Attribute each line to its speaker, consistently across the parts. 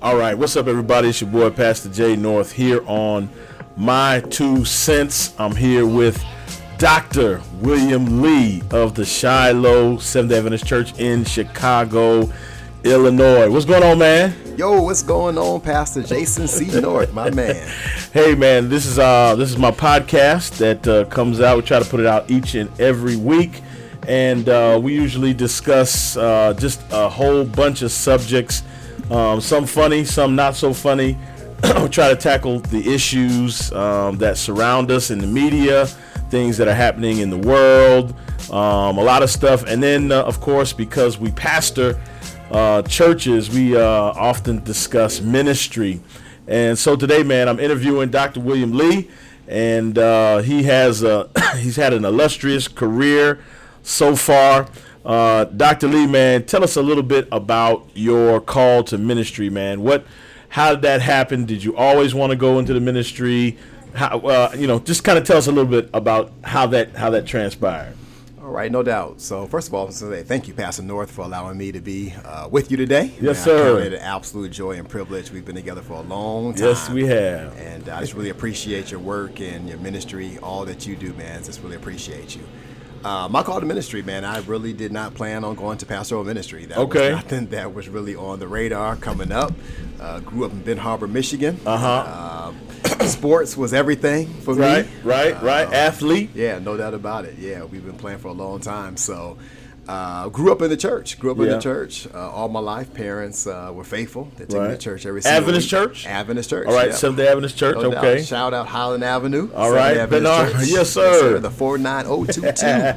Speaker 1: All right, what's up, everybody? It's your boy Pastor J North here on My Two Cents. I'm here with Dr. William Lee of the Shiloh Seventh Adventist Church in Chicago, Illinois. What's going on, man?
Speaker 2: Yo, what's going on, Pastor Jason C. North, my man?
Speaker 1: Hey, man, this is uh this is my podcast that uh, comes out. We try to put it out each and every week, and uh, we usually discuss uh, just a whole bunch of subjects. Um, some funny, some not so funny. we try to tackle the issues um, that surround us in the media, things that are happening in the world, um, a lot of stuff. And then, uh, of course, because we pastor uh, churches, we uh, often discuss ministry. And so today, man, I'm interviewing Dr. William Lee, and uh, he has a, he's had an illustrious career so far. Uh, Dr. Lee, man, tell us a little bit about your call to ministry, man. What, how did that happen? Did you always want to go into the ministry? How, uh, you know, just kind of tell us a little bit about how that how that transpired.
Speaker 2: All right, no doubt. So, first of all, I'm going to say thank you, Pastor North, for allowing me to be uh, with you today.
Speaker 1: Yes,
Speaker 2: Man, I
Speaker 1: sir.
Speaker 2: count it an absolute joy and privilege. We've been together for a long time.
Speaker 1: Yes, we have.
Speaker 2: And I just really appreciate your work and your ministry, all that you do, man. Just really appreciate you. Uh, my call to ministry, man. I really did not plan on going to pastoral ministry. That
Speaker 1: Okay.
Speaker 2: was nothing that was really on the radar coming up. Uh, grew up in Ben Harbor, Michigan.
Speaker 1: Uh-huh.
Speaker 2: Uh, sports was everything for
Speaker 1: Right,
Speaker 2: me.
Speaker 1: right, right. Athlete.
Speaker 2: Yeah, no doubt about it. Yeah, we've been playing for a long time. So, uh, grew up in the church. Grew up in
Speaker 1: Yeah.
Speaker 2: the church uh, all my life. Parents uh, were faithful. They took me
Speaker 1: Right.
Speaker 2: to church every single
Speaker 1: Adventist
Speaker 2: week.
Speaker 1: church?
Speaker 2: Adventist church.
Speaker 1: All right,
Speaker 2: yep.
Speaker 1: Seventh Adventist Church.
Speaker 2: No doubt.
Speaker 1: okay.
Speaker 2: Shout out Highland Avenue.
Speaker 1: All
Speaker 2: Seventh
Speaker 1: right,
Speaker 2: Adventist
Speaker 1: Bernard.
Speaker 2: Church.
Speaker 1: Yes, sir.
Speaker 2: The 49022.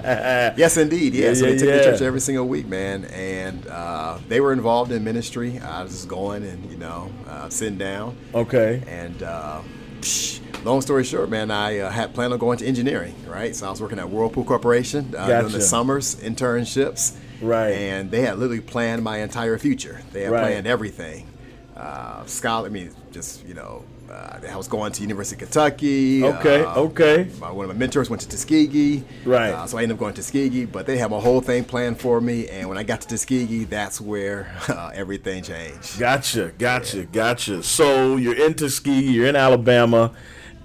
Speaker 2: yes, indeed. Yeah,
Speaker 1: Yeah,
Speaker 2: so they
Speaker 1: yeah,
Speaker 2: took me
Speaker 1: yeah.
Speaker 2: to church every single week, man. And uh, they were involved in ministry. I was just going and, you know, uh, sitting down.
Speaker 1: Okay.
Speaker 2: And uh, psh, long story short, man, I uh, had planned on going to engineering, right? So I was working at Whirlpool Corporation uh, during
Speaker 1: Gotcha.
Speaker 2: the summers internships,
Speaker 1: Right.
Speaker 2: And they had literally planned my entire future. They had
Speaker 1: Right.
Speaker 2: planned everything. Uh, scholar, I mean, just you know, uh, I was going to University of Kentucky.
Speaker 1: Okay,
Speaker 2: uh,
Speaker 1: okay.
Speaker 2: My, one of my mentors went to Tuskegee.
Speaker 1: Right.
Speaker 2: Uh, so I ended up going to Tuskegee, but they had my whole thing planned for me. And when I got to Tuskegee, that's where uh, everything changed.
Speaker 1: Gotcha, gotcha, gotcha. So you're in Tuskegee, you're in Alabama,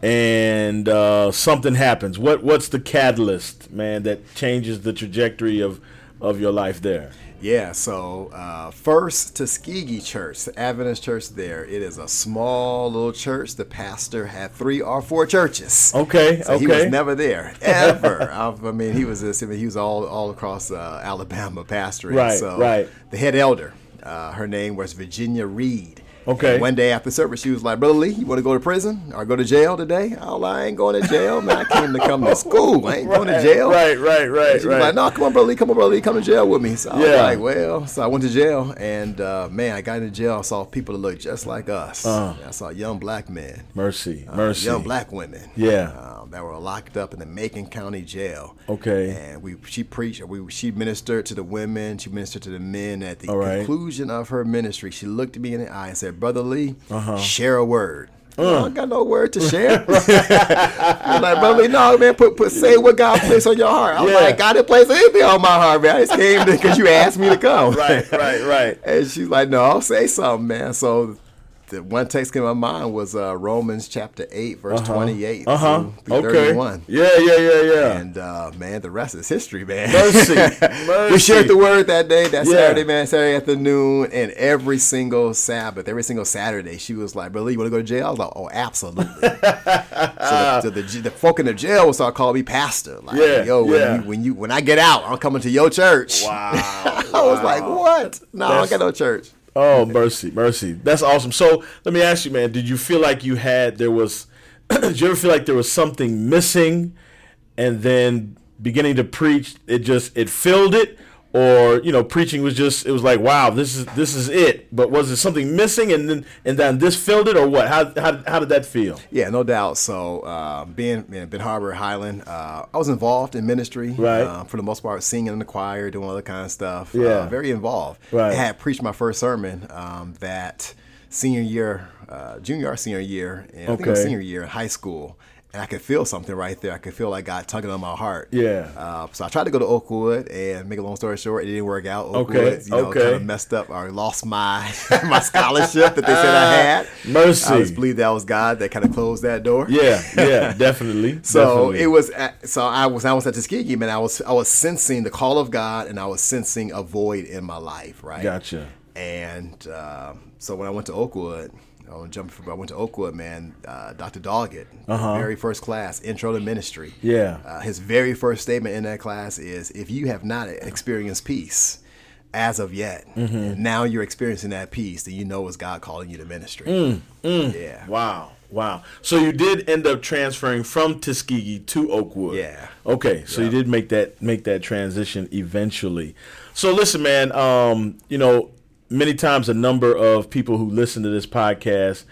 Speaker 1: and uh, something happens. What what's the catalyst, man, that changes the trajectory of of your life there?
Speaker 2: Yeah, so uh, First Tuskegee Church, the Adventist church there, it is a small little church. The pastor had three or four churches.
Speaker 1: Okay,
Speaker 2: So
Speaker 1: okay.
Speaker 2: He was never there ever. I, I mean, he was this. I mean, he was all all across uh, Alabama pastoring.
Speaker 1: Right,
Speaker 2: so
Speaker 1: right.
Speaker 2: The head elder, uh, her name was Virginia Reed.
Speaker 1: Okay.
Speaker 2: And one day after service, she was like, "Brother Lee, you want to go to prison or go to jail today?" Oh, I ain't going to jail, man. I came to come to school. I ain't going to
Speaker 1: Right,
Speaker 2: jail.
Speaker 1: Right, right, right,
Speaker 2: She was
Speaker 1: right.
Speaker 2: like, no, come on, brother Lee, come on, brother Lee, come to jail with me. So I was
Speaker 1: Yeah.
Speaker 2: like, well, so I went to jail, and uh, man, I got into jail. I saw people that looked just like us. I saw young black men,
Speaker 1: mercy, Uh. mercy.
Speaker 2: Uh, young black women,
Speaker 1: Yeah. Oh,
Speaker 2: um, that were locked up in the Macon County Jail.
Speaker 1: Okay.
Speaker 2: and we she preached, we she ministered to the women, she ministered to the men. At the
Speaker 1: All right.
Speaker 2: conclusion of her ministry, she looked me in the eye and said, "Brother Lee,
Speaker 1: Uh-huh.
Speaker 2: share a word."
Speaker 1: Uh.
Speaker 2: I don't got no word to share. You're like, brother, Lee, no, man, put, put say what God placed on your heart. I'm
Speaker 1: Yeah.
Speaker 2: like, God didn't place anything on my heart, man. I just came because you asked me to come.
Speaker 1: right, right, right.
Speaker 2: And she's like, no, I'll say something, man. So the one text came to my mind was uh, Romans chapter 8, verse 28
Speaker 1: Uh huh.
Speaker 2: through
Speaker 1: Okay.
Speaker 2: 31.
Speaker 1: Yeah, yeah, yeah, yeah.
Speaker 2: And uh, man, the rest is history, man.
Speaker 1: Mercy, mercy.
Speaker 2: we shared the word that day, that
Speaker 1: Yeah.
Speaker 2: Saturday, man, Saturday afternoon, and every single Sabbath, every single Saturday, she was like, "Brother, you want to go to jail?" I was like, "Oh, absolutely." so the, so the, the folk in the jail will start calling me pastor. Like,
Speaker 1: Yeah,
Speaker 2: yo, when,
Speaker 1: yeah.
Speaker 2: you, when you when I get out, I'm coming to your church.
Speaker 1: wow.
Speaker 2: I was like, "What? No, I
Speaker 1: That's-
Speaker 2: don't got no church."
Speaker 1: Oh, mercy, mercy. That's awesome. So let me ask you, man, did you feel like you had there was did you ever feel like there was something missing and then beginning to preach it just it filled it? Or, you know, preaching was just it was like, wow, this is this is it. But was there something missing and then and then this filled it or what? How how, how did that feel?
Speaker 2: Yeah, no doubt. So, uh, being in Ben Harbor Highland, uh, I was involved in ministry.
Speaker 1: Right.
Speaker 2: Uh, for the most part, singing in the choir, doing all that kind of stuff.
Speaker 1: Yeah.
Speaker 2: Uh, very involved.
Speaker 1: Right.
Speaker 2: I had preached my first sermon um, that senior year, uh, junior or senior year, and I think it was
Speaker 1: Okay.
Speaker 2: senior year in high school. and I could feel something right there. I could feel like God tugging on my heart.
Speaker 1: Yeah.
Speaker 2: Uh, so I tried to go to Oakwood, and make a long story short, it didn't work out. Oakwood,
Speaker 1: Okay,
Speaker 2: you know,
Speaker 1: okay.
Speaker 2: kind of messed up or lost my my scholarship that they said
Speaker 1: Uh,
Speaker 2: I had.
Speaker 1: Mercy.
Speaker 2: I just believe that was God that kind of closed that door.
Speaker 1: yeah, yeah, definitely.
Speaker 2: So
Speaker 1: definitely.
Speaker 2: it was. At, so I was. I was at Tuskegee, man. I was. I was sensing the call of God, and I was sensing a void in my life. Right.
Speaker 1: Gotcha.
Speaker 2: And uh, so when I went to Oakwood, I will jump from. I went to Oakwood, man. Uh, Dr. Doggett, very first class, Intro to Ministry.
Speaker 1: Uh-huh. Yeah.
Speaker 2: Uh, his very first statement in that class is, "If you have not experienced peace." As of yet,
Speaker 1: Mm-hmm.
Speaker 2: and now you're experiencing that peace, then you know it's God calling you to ministry.
Speaker 1: Mm,
Speaker 2: Yeah,
Speaker 1: Wow. Wow. So you did end up transferring from Tuskegee to Oakwood.
Speaker 2: Yeah.
Speaker 1: Okay. So you did make that make that transition eventually. So listen, man, um, you know, many times a number of people who listen to this podcast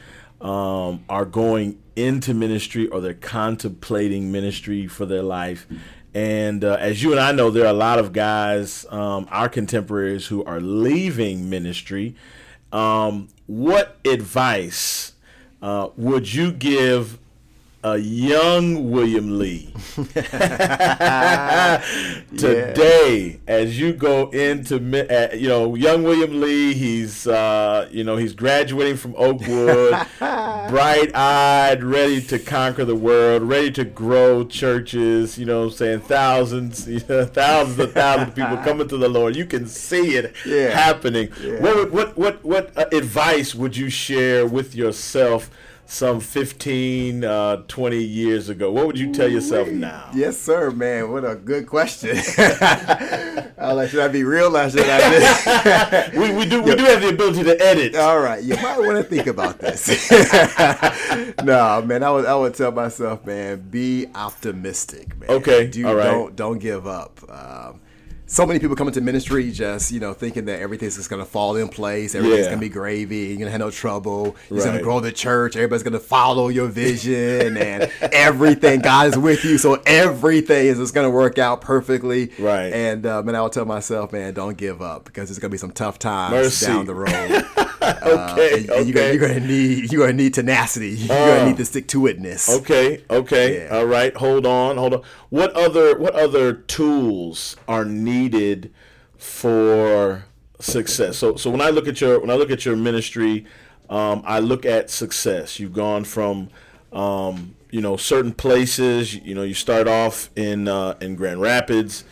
Speaker 1: um, are going into ministry or they're contemplating ministry for their life. And uh, as you and I know, there are a lot of guys, um, our contemporaries, who are leaving ministry. Um, what advice uh, would you give a young William Lee today as you go into mi- uh, you know young William Lee? He's uh, you know he's graduating from Oakwood, bright-eyed, ready to conquer the world, ready to grow churches. You know, what I'm saying thousands, thousands and thousands of people coming to the Lord. You can see it
Speaker 2: Yeah.
Speaker 1: happening. What would- what what what uh, advice would you share with yourself some 15 uh, 20 years ago? What would you tell yourself now?
Speaker 2: Yes, sir, man. What a good question. I was like, should I be real or should I be?
Speaker 1: We, we do we do have the ability to edit.
Speaker 2: All right, you might want to think about this. no, man, I would I would tell myself, man, be optimistic, man.
Speaker 1: Okay,
Speaker 2: do
Speaker 1: all right.
Speaker 2: don't don't give up. Um, so many people come into ministry just you know thinking that everything's just gonna fall in place, everything's
Speaker 1: Yeah.
Speaker 2: gonna be gravy, you're gonna have no trouble, you're gonna
Speaker 1: Right.
Speaker 2: grow the church, everybody's gonna follow your vision, and everything God is with you, so everything is just gonna work out perfectly.
Speaker 1: Right.
Speaker 2: And uh, man, I would tell myself, man, don't give up because it's gonna be some tough times
Speaker 1: Mercy.
Speaker 2: down the road.
Speaker 1: okay,
Speaker 2: And- and
Speaker 1: okay.
Speaker 2: You're, gonna, you're gonna need you're gonna need tenacity. You're
Speaker 1: Uh.
Speaker 2: gonna need the stick to itness.
Speaker 1: Okay, okay.
Speaker 2: Yeah.
Speaker 1: All right. Hold on, hold on. What other what other tools are needed for success? So so when I look at your when I look at your ministry, um, I look at success. You've gone from um, you know certain places, you know, you start off in uh, in Grand Rapids,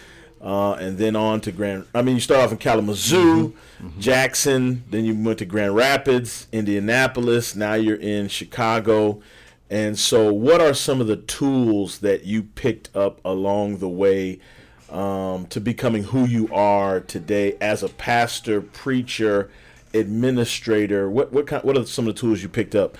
Speaker 1: uh, and then on to Grand. I mean, you start off in Kalamazoo, Mm-hmm. Jackson, then you went to Grand Rapids, Indianapolis. Now you're in Chicago, and so what are some of the tools that you picked up along the way um, to becoming who you are today as a pastor, preacher, administrator? What what kind? What are some of the tools you picked up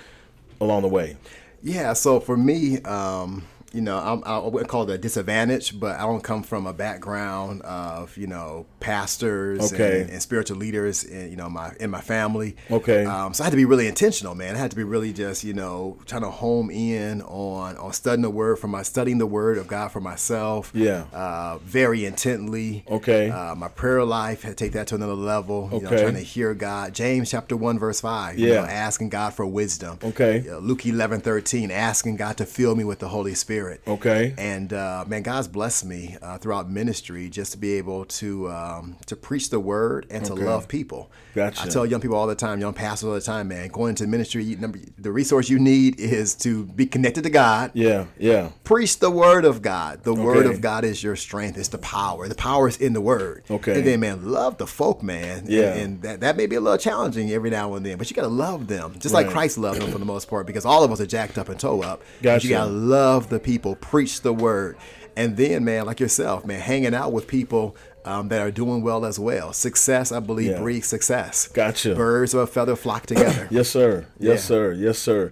Speaker 1: along the way?
Speaker 2: Yeah. So for me, um, you know, I'm, I wouldn't call it a disadvantage, but I don't come from a background of you know pastors
Speaker 1: Okay.
Speaker 2: and, and spiritual leaders, in, you know, my in my family.
Speaker 1: Okay.
Speaker 2: Um, so I had to be really intentional, man. I had to be really just you know trying to home in on on studying the word for my studying the word of God for myself.
Speaker 1: Yeah.
Speaker 2: Uh, very intently.
Speaker 1: Okay.
Speaker 2: Uh, my prayer life had to take that to another level. You know,
Speaker 1: Okay.
Speaker 2: trying to hear God. James chapter one verse five. You
Speaker 1: Yeah.
Speaker 2: know, asking God for wisdom.
Speaker 1: Okay.
Speaker 2: Uh, Luke eleven thirteen, asking God to fill me with the Holy Spirit.
Speaker 1: Okay.
Speaker 2: And uh, man, God's blessed me uh, throughout ministry just to be able to um, to preach the word and to love people.
Speaker 1: Gotcha.
Speaker 2: I tell young people all the time, young pastors all the time, man, going into ministry, you, number the resource you need is to be connected to God
Speaker 1: Yeah, yeah.
Speaker 2: preach the word of God. The word
Speaker 1: Okay.
Speaker 2: of God is your strength. It's the power. The power is in the word.
Speaker 1: Okay.
Speaker 2: And then, man, love the folk, man. And-
Speaker 1: Yeah.
Speaker 2: And, that, that may be a little challenging every now and then, but you got to love them, just like
Speaker 1: Right.
Speaker 2: Christ loved them for the most part, because all of us are jacked up and toe up. But
Speaker 1: Gotcha.
Speaker 2: You got to love the people, preach the word. And then, man, like yourself, man, hanging out with people um, that are doing well as well. Success, I believe,
Speaker 1: Yeah.
Speaker 2: breeds success.
Speaker 1: Gotcha.
Speaker 2: Birds of a feather flock together.
Speaker 1: Yes, sir. Yes,
Speaker 2: Yeah.
Speaker 1: sir. Yes, sir.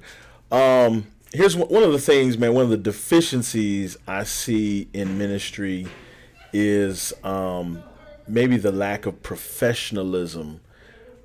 Speaker 1: Um, here's one one of the things, man. One of the deficiencies I see in ministry is um, maybe the lack of professionalism,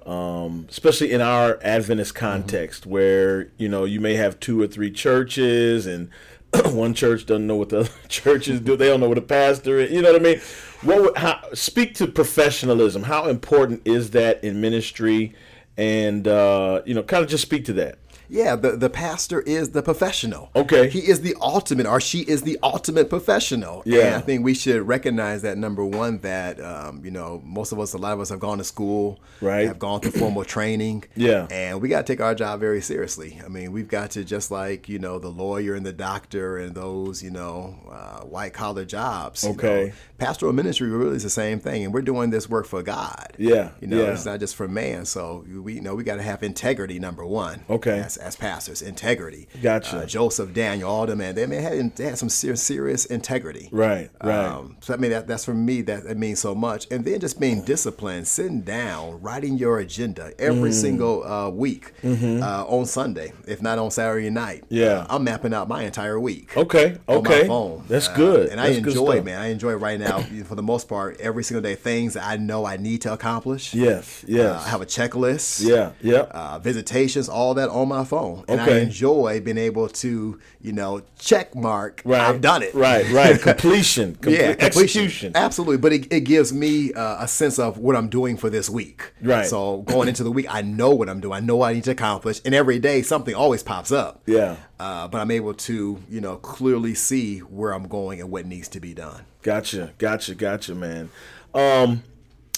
Speaker 1: um, especially in our Adventist
Speaker 2: Mm-hmm.
Speaker 1: context, where you know you may have two or three churches, and one church doesn't know what the other churches do. They don't know what a pastor is. You know what I mean? What would, how, speak to professionalism? How important is that in ministry? And uh, you know, kind of just speak to that.
Speaker 2: Yeah, the, the pastor is the professional.
Speaker 1: Okay.
Speaker 2: He is the ultimate, or she is the ultimate professional.
Speaker 1: Yeah.
Speaker 2: And I think we should recognize that number one, that, um, you know, most of us, a lot of us have gone to school,
Speaker 1: Right.
Speaker 2: have gone through formal training.
Speaker 1: Yeah.
Speaker 2: And we got to take our job very seriously. I mean, we've got to, just like, you know, the lawyer and the doctor and those, you know, uh, white collar jobs. you know.
Speaker 1: Okay.
Speaker 2: pastoral ministry really is the same thing. And we're doing this work for God.
Speaker 1: Yeah,
Speaker 2: You know,
Speaker 1: yeah.
Speaker 2: it's not just for man. So we you know we got to have integrity, number one.
Speaker 1: Okay.
Speaker 2: As, as pastors, integrity.
Speaker 1: Gotcha.
Speaker 2: Uh, Joseph, Daniel, all the man, they man had, they had some serious, serious integrity.
Speaker 1: Right, right.
Speaker 2: Um, so I mean that that's for me that, that means so much, and then just being disciplined, sitting down, writing your agenda every
Speaker 1: Mm.
Speaker 2: single uh, week uh, on Sunday, if not on Saturday night.
Speaker 1: Mm-hmm. Yeah.
Speaker 2: Uh, I'm mapping out my entire week.
Speaker 1: Okay,
Speaker 2: on my
Speaker 1: okay.
Speaker 2: phone.
Speaker 1: That's
Speaker 2: Uh,
Speaker 1: good.
Speaker 2: and I
Speaker 1: That's good
Speaker 2: enjoy,
Speaker 1: stuff.
Speaker 2: man. I enjoy right now for the most part every single day things that I know I need to accomplish.
Speaker 1: Yes, yes.
Speaker 2: Uh, I have a checklist.
Speaker 1: yeah, yep.
Speaker 2: Uh, visitations, all that on my phone, and I
Speaker 1: Okay.
Speaker 2: enjoy being able to, you know, check mark.
Speaker 1: right.
Speaker 2: I've done it.
Speaker 1: Right, right. Completion. Comple-
Speaker 2: Yeah, completion.
Speaker 1: Execution.
Speaker 2: Absolutely, but it, it gives me uh, a sense of what I'm doing for this week.
Speaker 1: Right.
Speaker 2: So going into the week, I know what I'm doing. I know what I need to accomplish, and every day something always pops up.
Speaker 1: Yeah.
Speaker 2: Uh, but I'm able to, you know, clearly see where I'm going and what needs to be done.
Speaker 1: Gotcha, gotcha, gotcha, man. Um,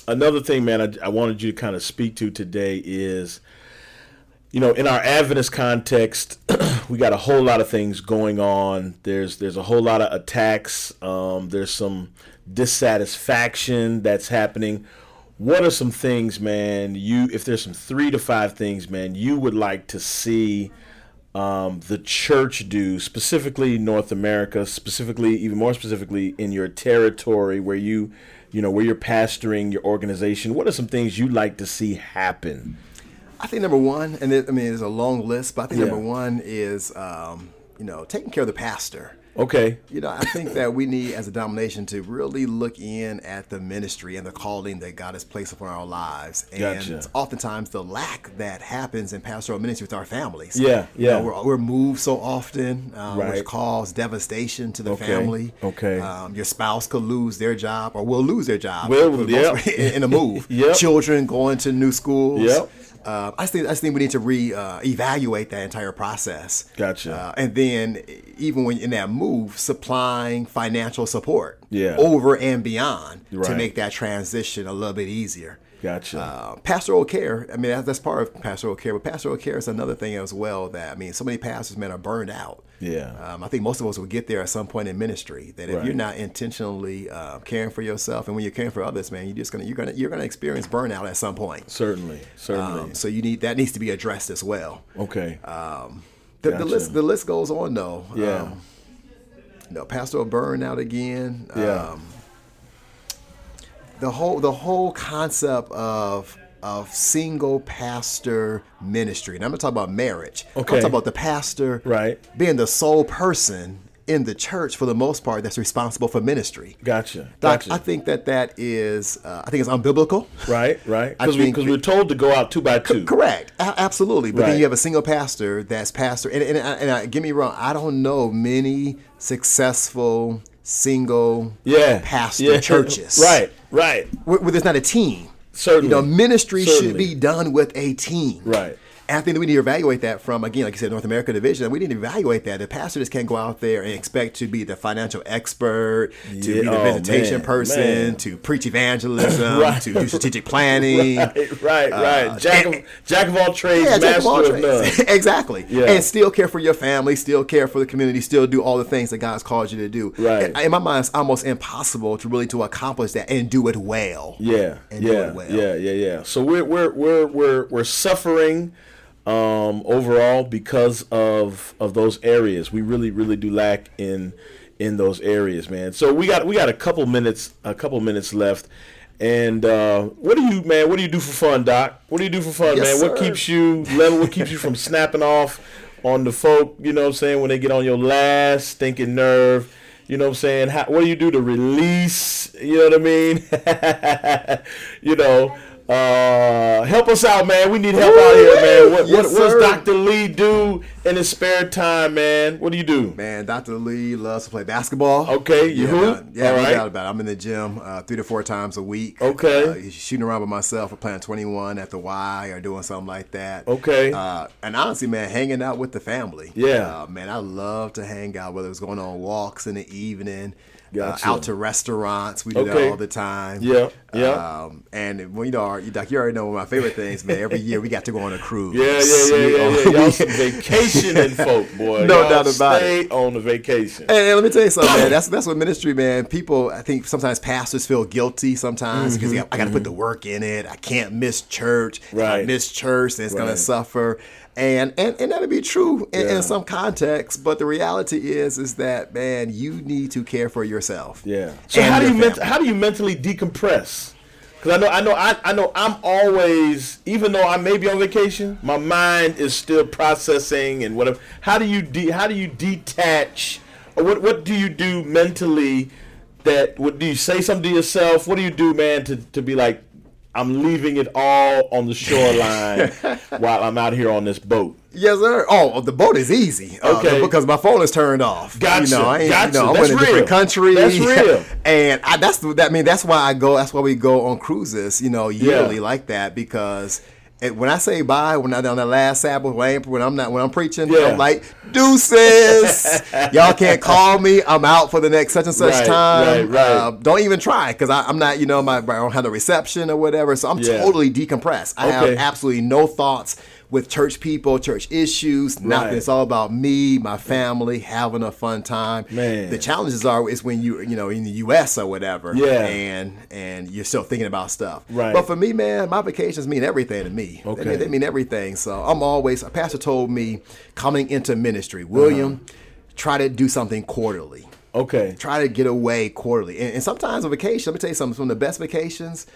Speaker 1: another thing, man, I, I wanted you to kind of speak to today is, you know, in our Adventist context, we got a whole lot of things going on. There's there's a whole lot of attacks. Um, there's some dissatisfaction that's happening. What are some things, man? You, if there's some three to five things, man, you would like to see um, the church do, specifically North America, specifically even more specifically in your territory where you, you know, where you're pastoring your organization? What are some things you'd like to see happen?
Speaker 2: I think number one, and it, I mean, there's a long list, but I think
Speaker 1: Yeah.
Speaker 2: number one is, um, you know, taking care of the pastor.
Speaker 1: Okay.
Speaker 2: You know, I think that we need, as a denomination, to really look in at the ministry and the calling that God has placed upon our lives, and
Speaker 1: Gotcha.
Speaker 2: oftentimes the lack that happens in pastoral ministry with our families.
Speaker 1: Yeah,
Speaker 2: You know,
Speaker 1: yeah.
Speaker 2: we're, we're moved so often, um,
Speaker 1: Right.
Speaker 2: which cause devastation to the
Speaker 1: Okay,
Speaker 2: family.
Speaker 1: okay.
Speaker 2: um, your spouse could lose their job or will lose their job.
Speaker 1: Will,
Speaker 2: for the
Speaker 1: yeah.
Speaker 2: most part, in, in a move.
Speaker 1: Yep.
Speaker 2: Children going to new schools.
Speaker 1: Yep.
Speaker 2: Uh, I just think I just think we need to re uh, evaluate that entire process.
Speaker 1: Gotcha.
Speaker 2: Uh, and then even when in that move, supplying financial support,
Speaker 1: Yeah.
Speaker 2: over and beyond to
Speaker 1: Right.
Speaker 2: make that transition a little bit easier.
Speaker 1: Gotcha.
Speaker 2: Uh, pastoral care. I mean, that, that's part of pastoral care, but pastoral care is another thing as well. That I mean, so many pastors, men are burned out.
Speaker 1: Yeah.
Speaker 2: Um, I think most of us will get there at some point in ministry. That if
Speaker 1: Right.
Speaker 2: you're not intentionally uh, caring for yourself, and when you're caring for others, man, you're just gonna you're gonna you're gonna experience burnout at some point.
Speaker 1: certainly. Certainly.
Speaker 2: Um, so you need that needs to be addressed as well.
Speaker 1: okay.
Speaker 2: The,
Speaker 1: Gotcha.
Speaker 2: the list the list goes on though.
Speaker 1: yeah.
Speaker 2: Um, you know, pastoral burnout again.
Speaker 1: Yeah.
Speaker 2: Um, the whole the whole concept of of single pastor ministry, and I'm gonna talk about marriage. I'm
Speaker 1: Okay.
Speaker 2: talking about the pastor
Speaker 1: Right.
Speaker 2: being the sole person in the church for the most part that's responsible for ministry.
Speaker 1: gotcha.
Speaker 2: Doc,
Speaker 1: Gotcha.
Speaker 2: I think that that is uh, I think it's unbiblical.
Speaker 1: right. Right.
Speaker 2: I
Speaker 1: Because we,
Speaker 2: think-
Speaker 1: because we're told to go out two by two.
Speaker 2: Correct. A- absolutely. But
Speaker 1: Right.
Speaker 2: then you have a single pastor that's pastor. And, and, and, I, get me wrong, I don't know many successful single
Speaker 1: Yeah.
Speaker 2: pastor
Speaker 1: yeah.
Speaker 2: churches.
Speaker 1: Right. Right.
Speaker 2: Where, where there's not a team.
Speaker 1: Certainly.
Speaker 2: You know, ministry should
Speaker 1: Certainly.
Speaker 2: be done with a team.
Speaker 1: Right.
Speaker 2: And I think that we need to evaluate that from, again, like you said, North America division. We need to evaluate that. The pastor just can't go out there and expect to be the financial expert, to
Speaker 1: Yeah.
Speaker 2: be the
Speaker 1: Oh,
Speaker 2: visitation
Speaker 1: man,
Speaker 2: person,
Speaker 1: man.
Speaker 2: to preach evangelism,
Speaker 1: Right.
Speaker 2: to do strategic planning.
Speaker 1: Right. Right.
Speaker 2: Uh,
Speaker 1: jack of jack of all trades,
Speaker 2: Yeah,
Speaker 1: master
Speaker 2: jack of all
Speaker 1: of none.
Speaker 2: trades. exactly.
Speaker 1: Yeah.
Speaker 2: And still care for your family, still care for the community, still do all the things that God's called you to do.
Speaker 1: Right.
Speaker 2: In- In my mind, it's almost impossible to really to accomplish that and do it well.
Speaker 1: Yeah,
Speaker 2: And
Speaker 1: yeah,
Speaker 2: do it well.
Speaker 1: yeah, yeah, yeah. So we're we're we're we're we're suffering um, overall because of of those areas. We really really do lack in in those areas, man. So we got we got a couple minutes a couple minutes left. And uh, what do you, man? What do you do for fun, Doc? What do you do for fun,
Speaker 2: Yes,
Speaker 1: man? What
Speaker 2: sir.
Speaker 1: keeps you level? What keeps you from snapping off on the folk? You know what I'm saying? When they get on your last stinking nerve, you know what I'm saying? How, what do you do to release? You know what I mean? you know, Uh, help us out, man. We need help out here, man. What,
Speaker 2: Yes,
Speaker 1: what, what
Speaker 2: sir.
Speaker 1: does Dr. Lee do in his spare time, man? What do you do?
Speaker 2: Man, Dr. Lee loves to play basketball.
Speaker 1: Okay, you
Speaker 2: yeah,
Speaker 1: hoop?
Speaker 2: uh, Yeah,
Speaker 1: All
Speaker 2: no
Speaker 1: right.
Speaker 2: doubt about it. I'm in the gym uh, three to four times a week.
Speaker 1: Okay.
Speaker 2: Uh, shooting around by myself or playing 21 at the Y or doing something like that.
Speaker 1: Okay.
Speaker 2: Uh, and honestly, man, hanging out with the family.
Speaker 1: Yeah.
Speaker 2: Uh, man, I love to hang out, whether it's going on walks in the evening,
Speaker 1: Gotcha.
Speaker 2: uh, out to restaurants. We do
Speaker 1: Okay.
Speaker 2: that all the time.
Speaker 1: Yeah, yeah.
Speaker 2: Um, and well, you know, our, you, like, you already know one of my favorite things, man. Every year we got to go on a cruise.
Speaker 1: Yeah, yeah, yeah,
Speaker 2: We
Speaker 1: yeah,
Speaker 2: all-
Speaker 1: yeah. Y'all
Speaker 2: we-
Speaker 1: some vacationing folk, boy.
Speaker 2: Oh, No
Speaker 1: Y'all
Speaker 2: doubt about
Speaker 1: stay on the vacation.
Speaker 2: And, and let me tell you something, man. That's that's what ministry, man. People, I think sometimes pastors feel guilty sometimes because I got to put the work in it. I can't miss church. If
Speaker 1: Mm-hmm,
Speaker 2: I
Speaker 1: Right.
Speaker 2: miss church, then it's
Speaker 1: Right.
Speaker 2: gonna suffer. And and and that'd be true in,
Speaker 1: Yeah.
Speaker 2: in some contexts. But the reality is, is that man, you need to care for yourself.
Speaker 1: Yeah. So
Speaker 2: And
Speaker 1: how do
Speaker 2: your
Speaker 1: you ment-
Speaker 2: family.
Speaker 1: how do you mentally decompress? Because I know I know I, I know I'm always even though I may be on vacation, my mind is still processing and whatever. How do you de- how do you detach? Or what what do you do mentally? That what do you say something to yourself? What do you do, man, to, to be like I'm leaving it all on the shoreline while I'm out here on this boat?
Speaker 2: Yes, sir. Oh, the boat is easy. uh,
Speaker 1: Okay.
Speaker 2: because my phone is turned off.
Speaker 1: Gotcha,
Speaker 2: You know, I ain't,
Speaker 1: gotcha.
Speaker 2: You know, I'm
Speaker 1: That's
Speaker 2: in a different
Speaker 1: real.
Speaker 2: country.
Speaker 1: That's real.
Speaker 2: and I, that's the- that. I mean, that's why I go. That's why we go on cruises. You know, yearly like that because. It, when I say bye, when I on that last Sabbath, when, I ain't, when I'm not, when I'm preaching,
Speaker 1: Yeah.
Speaker 2: I'm like deuces. Y'all can't call me. I'm out for the next such and such
Speaker 1: Right,
Speaker 2: time.
Speaker 1: right, right.
Speaker 2: Uh, don't even try because I'm not, you know, my I don't have the reception or whatever. So I'm
Speaker 1: Yeah.
Speaker 2: totally decompressed. I have
Speaker 1: Okay.
Speaker 2: absolutely no thoughts with church people, church issues,
Speaker 1: Right.
Speaker 2: nothing. It's all about me, my family, having a fun time.
Speaker 1: Man.
Speaker 2: The challenges are is when you you know in the US or whatever.
Speaker 1: Yeah.
Speaker 2: And and you're still thinking about stuff.
Speaker 1: Right.
Speaker 2: But for me, man, my vacations mean everything to me. They
Speaker 1: Okay.
Speaker 2: mean, they mean everything. So I'm always a pastor told me coming into ministry, William,
Speaker 1: Uh-huh.
Speaker 2: try to do something quarterly
Speaker 1: Okay.
Speaker 2: try to get away quarterly. And, and sometimes on vacation, let me tell you something. Some of the best vacations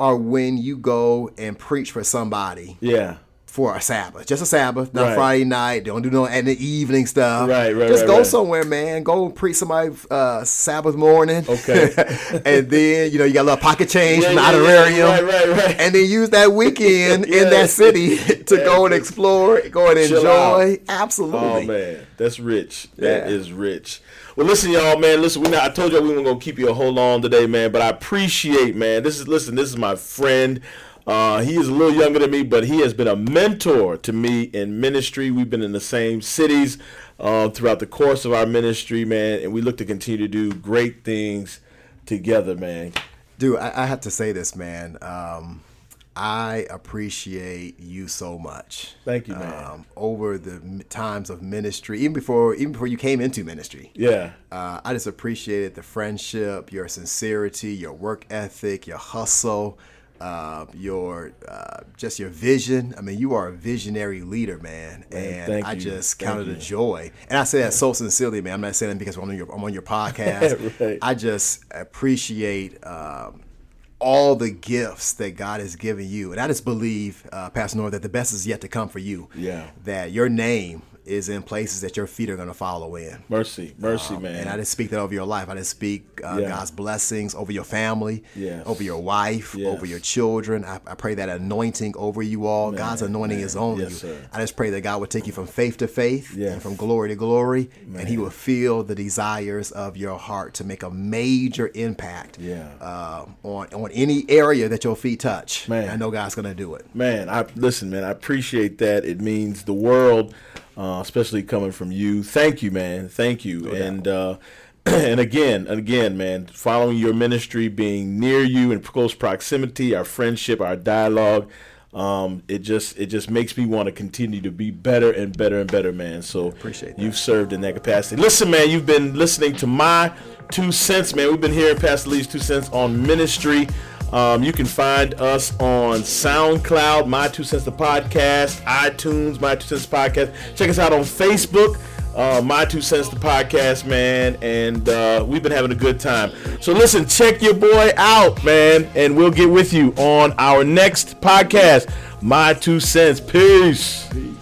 Speaker 2: are when you go and preach for somebody
Speaker 1: Yeah.
Speaker 2: for a Sabbath, just a Sabbath, not
Speaker 1: Right.
Speaker 2: Friday night. Don't do no at the evening stuff.
Speaker 1: Right, right,
Speaker 2: Just
Speaker 1: right,
Speaker 2: go
Speaker 1: right.
Speaker 2: somewhere, man. Go preach somebody uh, Sabbath morning.
Speaker 1: Okay.
Speaker 2: and then you know you got a little pocket change
Speaker 1: Yeah,
Speaker 2: from the
Speaker 1: yeah, yeah,
Speaker 2: honorarium.
Speaker 1: right, right, right.
Speaker 2: And then use that weekend
Speaker 1: Yeah.
Speaker 2: in that city to go and explore, go and
Speaker 1: Chill out.
Speaker 2: enjoy. Absolutely.
Speaker 1: Oh man, that's rich. That
Speaker 2: Yeah.
Speaker 1: is rich. Well, listen, y'all, man. Listen, we not. I told y'all we weren't gonna keep you a whole long today, man. But I appreciate, man. This is listen. This is my friend. Uh, he is a little younger than me, but he has been a mentor to me in ministry. We've been in the same cities uh, throughout the course of our ministry, man, and we look to continue to do great things together, man.
Speaker 2: Dude, I, I have to say this, man. Um, I appreciate you so much.
Speaker 1: Thank you, man.
Speaker 2: Um, over the m- times of ministry, even before even before you came into ministry,
Speaker 1: Yeah,
Speaker 2: uh, I just appreciated the friendship, your sincerity, your work ethic, your hustle, uh, your uh, just your vision. I mean, you are a visionary leader, man, and
Speaker 1: thank
Speaker 2: I
Speaker 1: you.
Speaker 2: just
Speaker 1: Thank
Speaker 2: counted
Speaker 1: you.
Speaker 2: a joy. And I say that so sincerely, man. I'm not saying that because I'm on your I'm on your podcast.
Speaker 1: Right.
Speaker 2: I just appreciate. Um, all the gifts that God has given you. And I just believe, uh, Pastor North, that the best is yet to come for you.
Speaker 1: Yeah.
Speaker 2: That your name is in places that your feet are going to follow in.
Speaker 1: mercy, mercy, man.
Speaker 2: And I just speak that over your life. I just speak uh,
Speaker 1: Yeah.
Speaker 2: God's blessings over your family,
Speaker 1: Yes.
Speaker 2: over your wife,
Speaker 1: Yes.
Speaker 2: over your children. I, I pray that anointing over you all. God's anointing is on
Speaker 1: Yes,
Speaker 2: you.
Speaker 1: sir.
Speaker 2: I just pray that God would take you from faith to faith
Speaker 1: Yes.
Speaker 2: and from glory to glory, and He will feel the desires of your heart to make a major impact
Speaker 1: Yeah.
Speaker 2: uh, on on any area that your feet touch.
Speaker 1: Man.
Speaker 2: I know God's going to do it.
Speaker 1: man i listen man i appreciate that it means the world uh, especially coming from you thank you man thank you and uh, and again and again man following your ministry being near you in close proximity our friendship our dialogue um, it just it just makes me want to continue to be better and better and better man so
Speaker 2: Appreciate that.
Speaker 1: you You've served in that capacity. Listen, man, you've been listening to my two cents, man. We've been hearing Pastor Lee's two cents on ministry. Um, you can find us on SoundCloud, My Two Cents the Podcast, iTunes, My Two Cents the Podcast. Check us out on Facebook, uh, My Two Cents the Podcast, man. And uh, we've been having a good time. So listen, check your boy out, man, and we'll get with you on our next podcast, My Two Cents. Peace.
Speaker 2: Peace.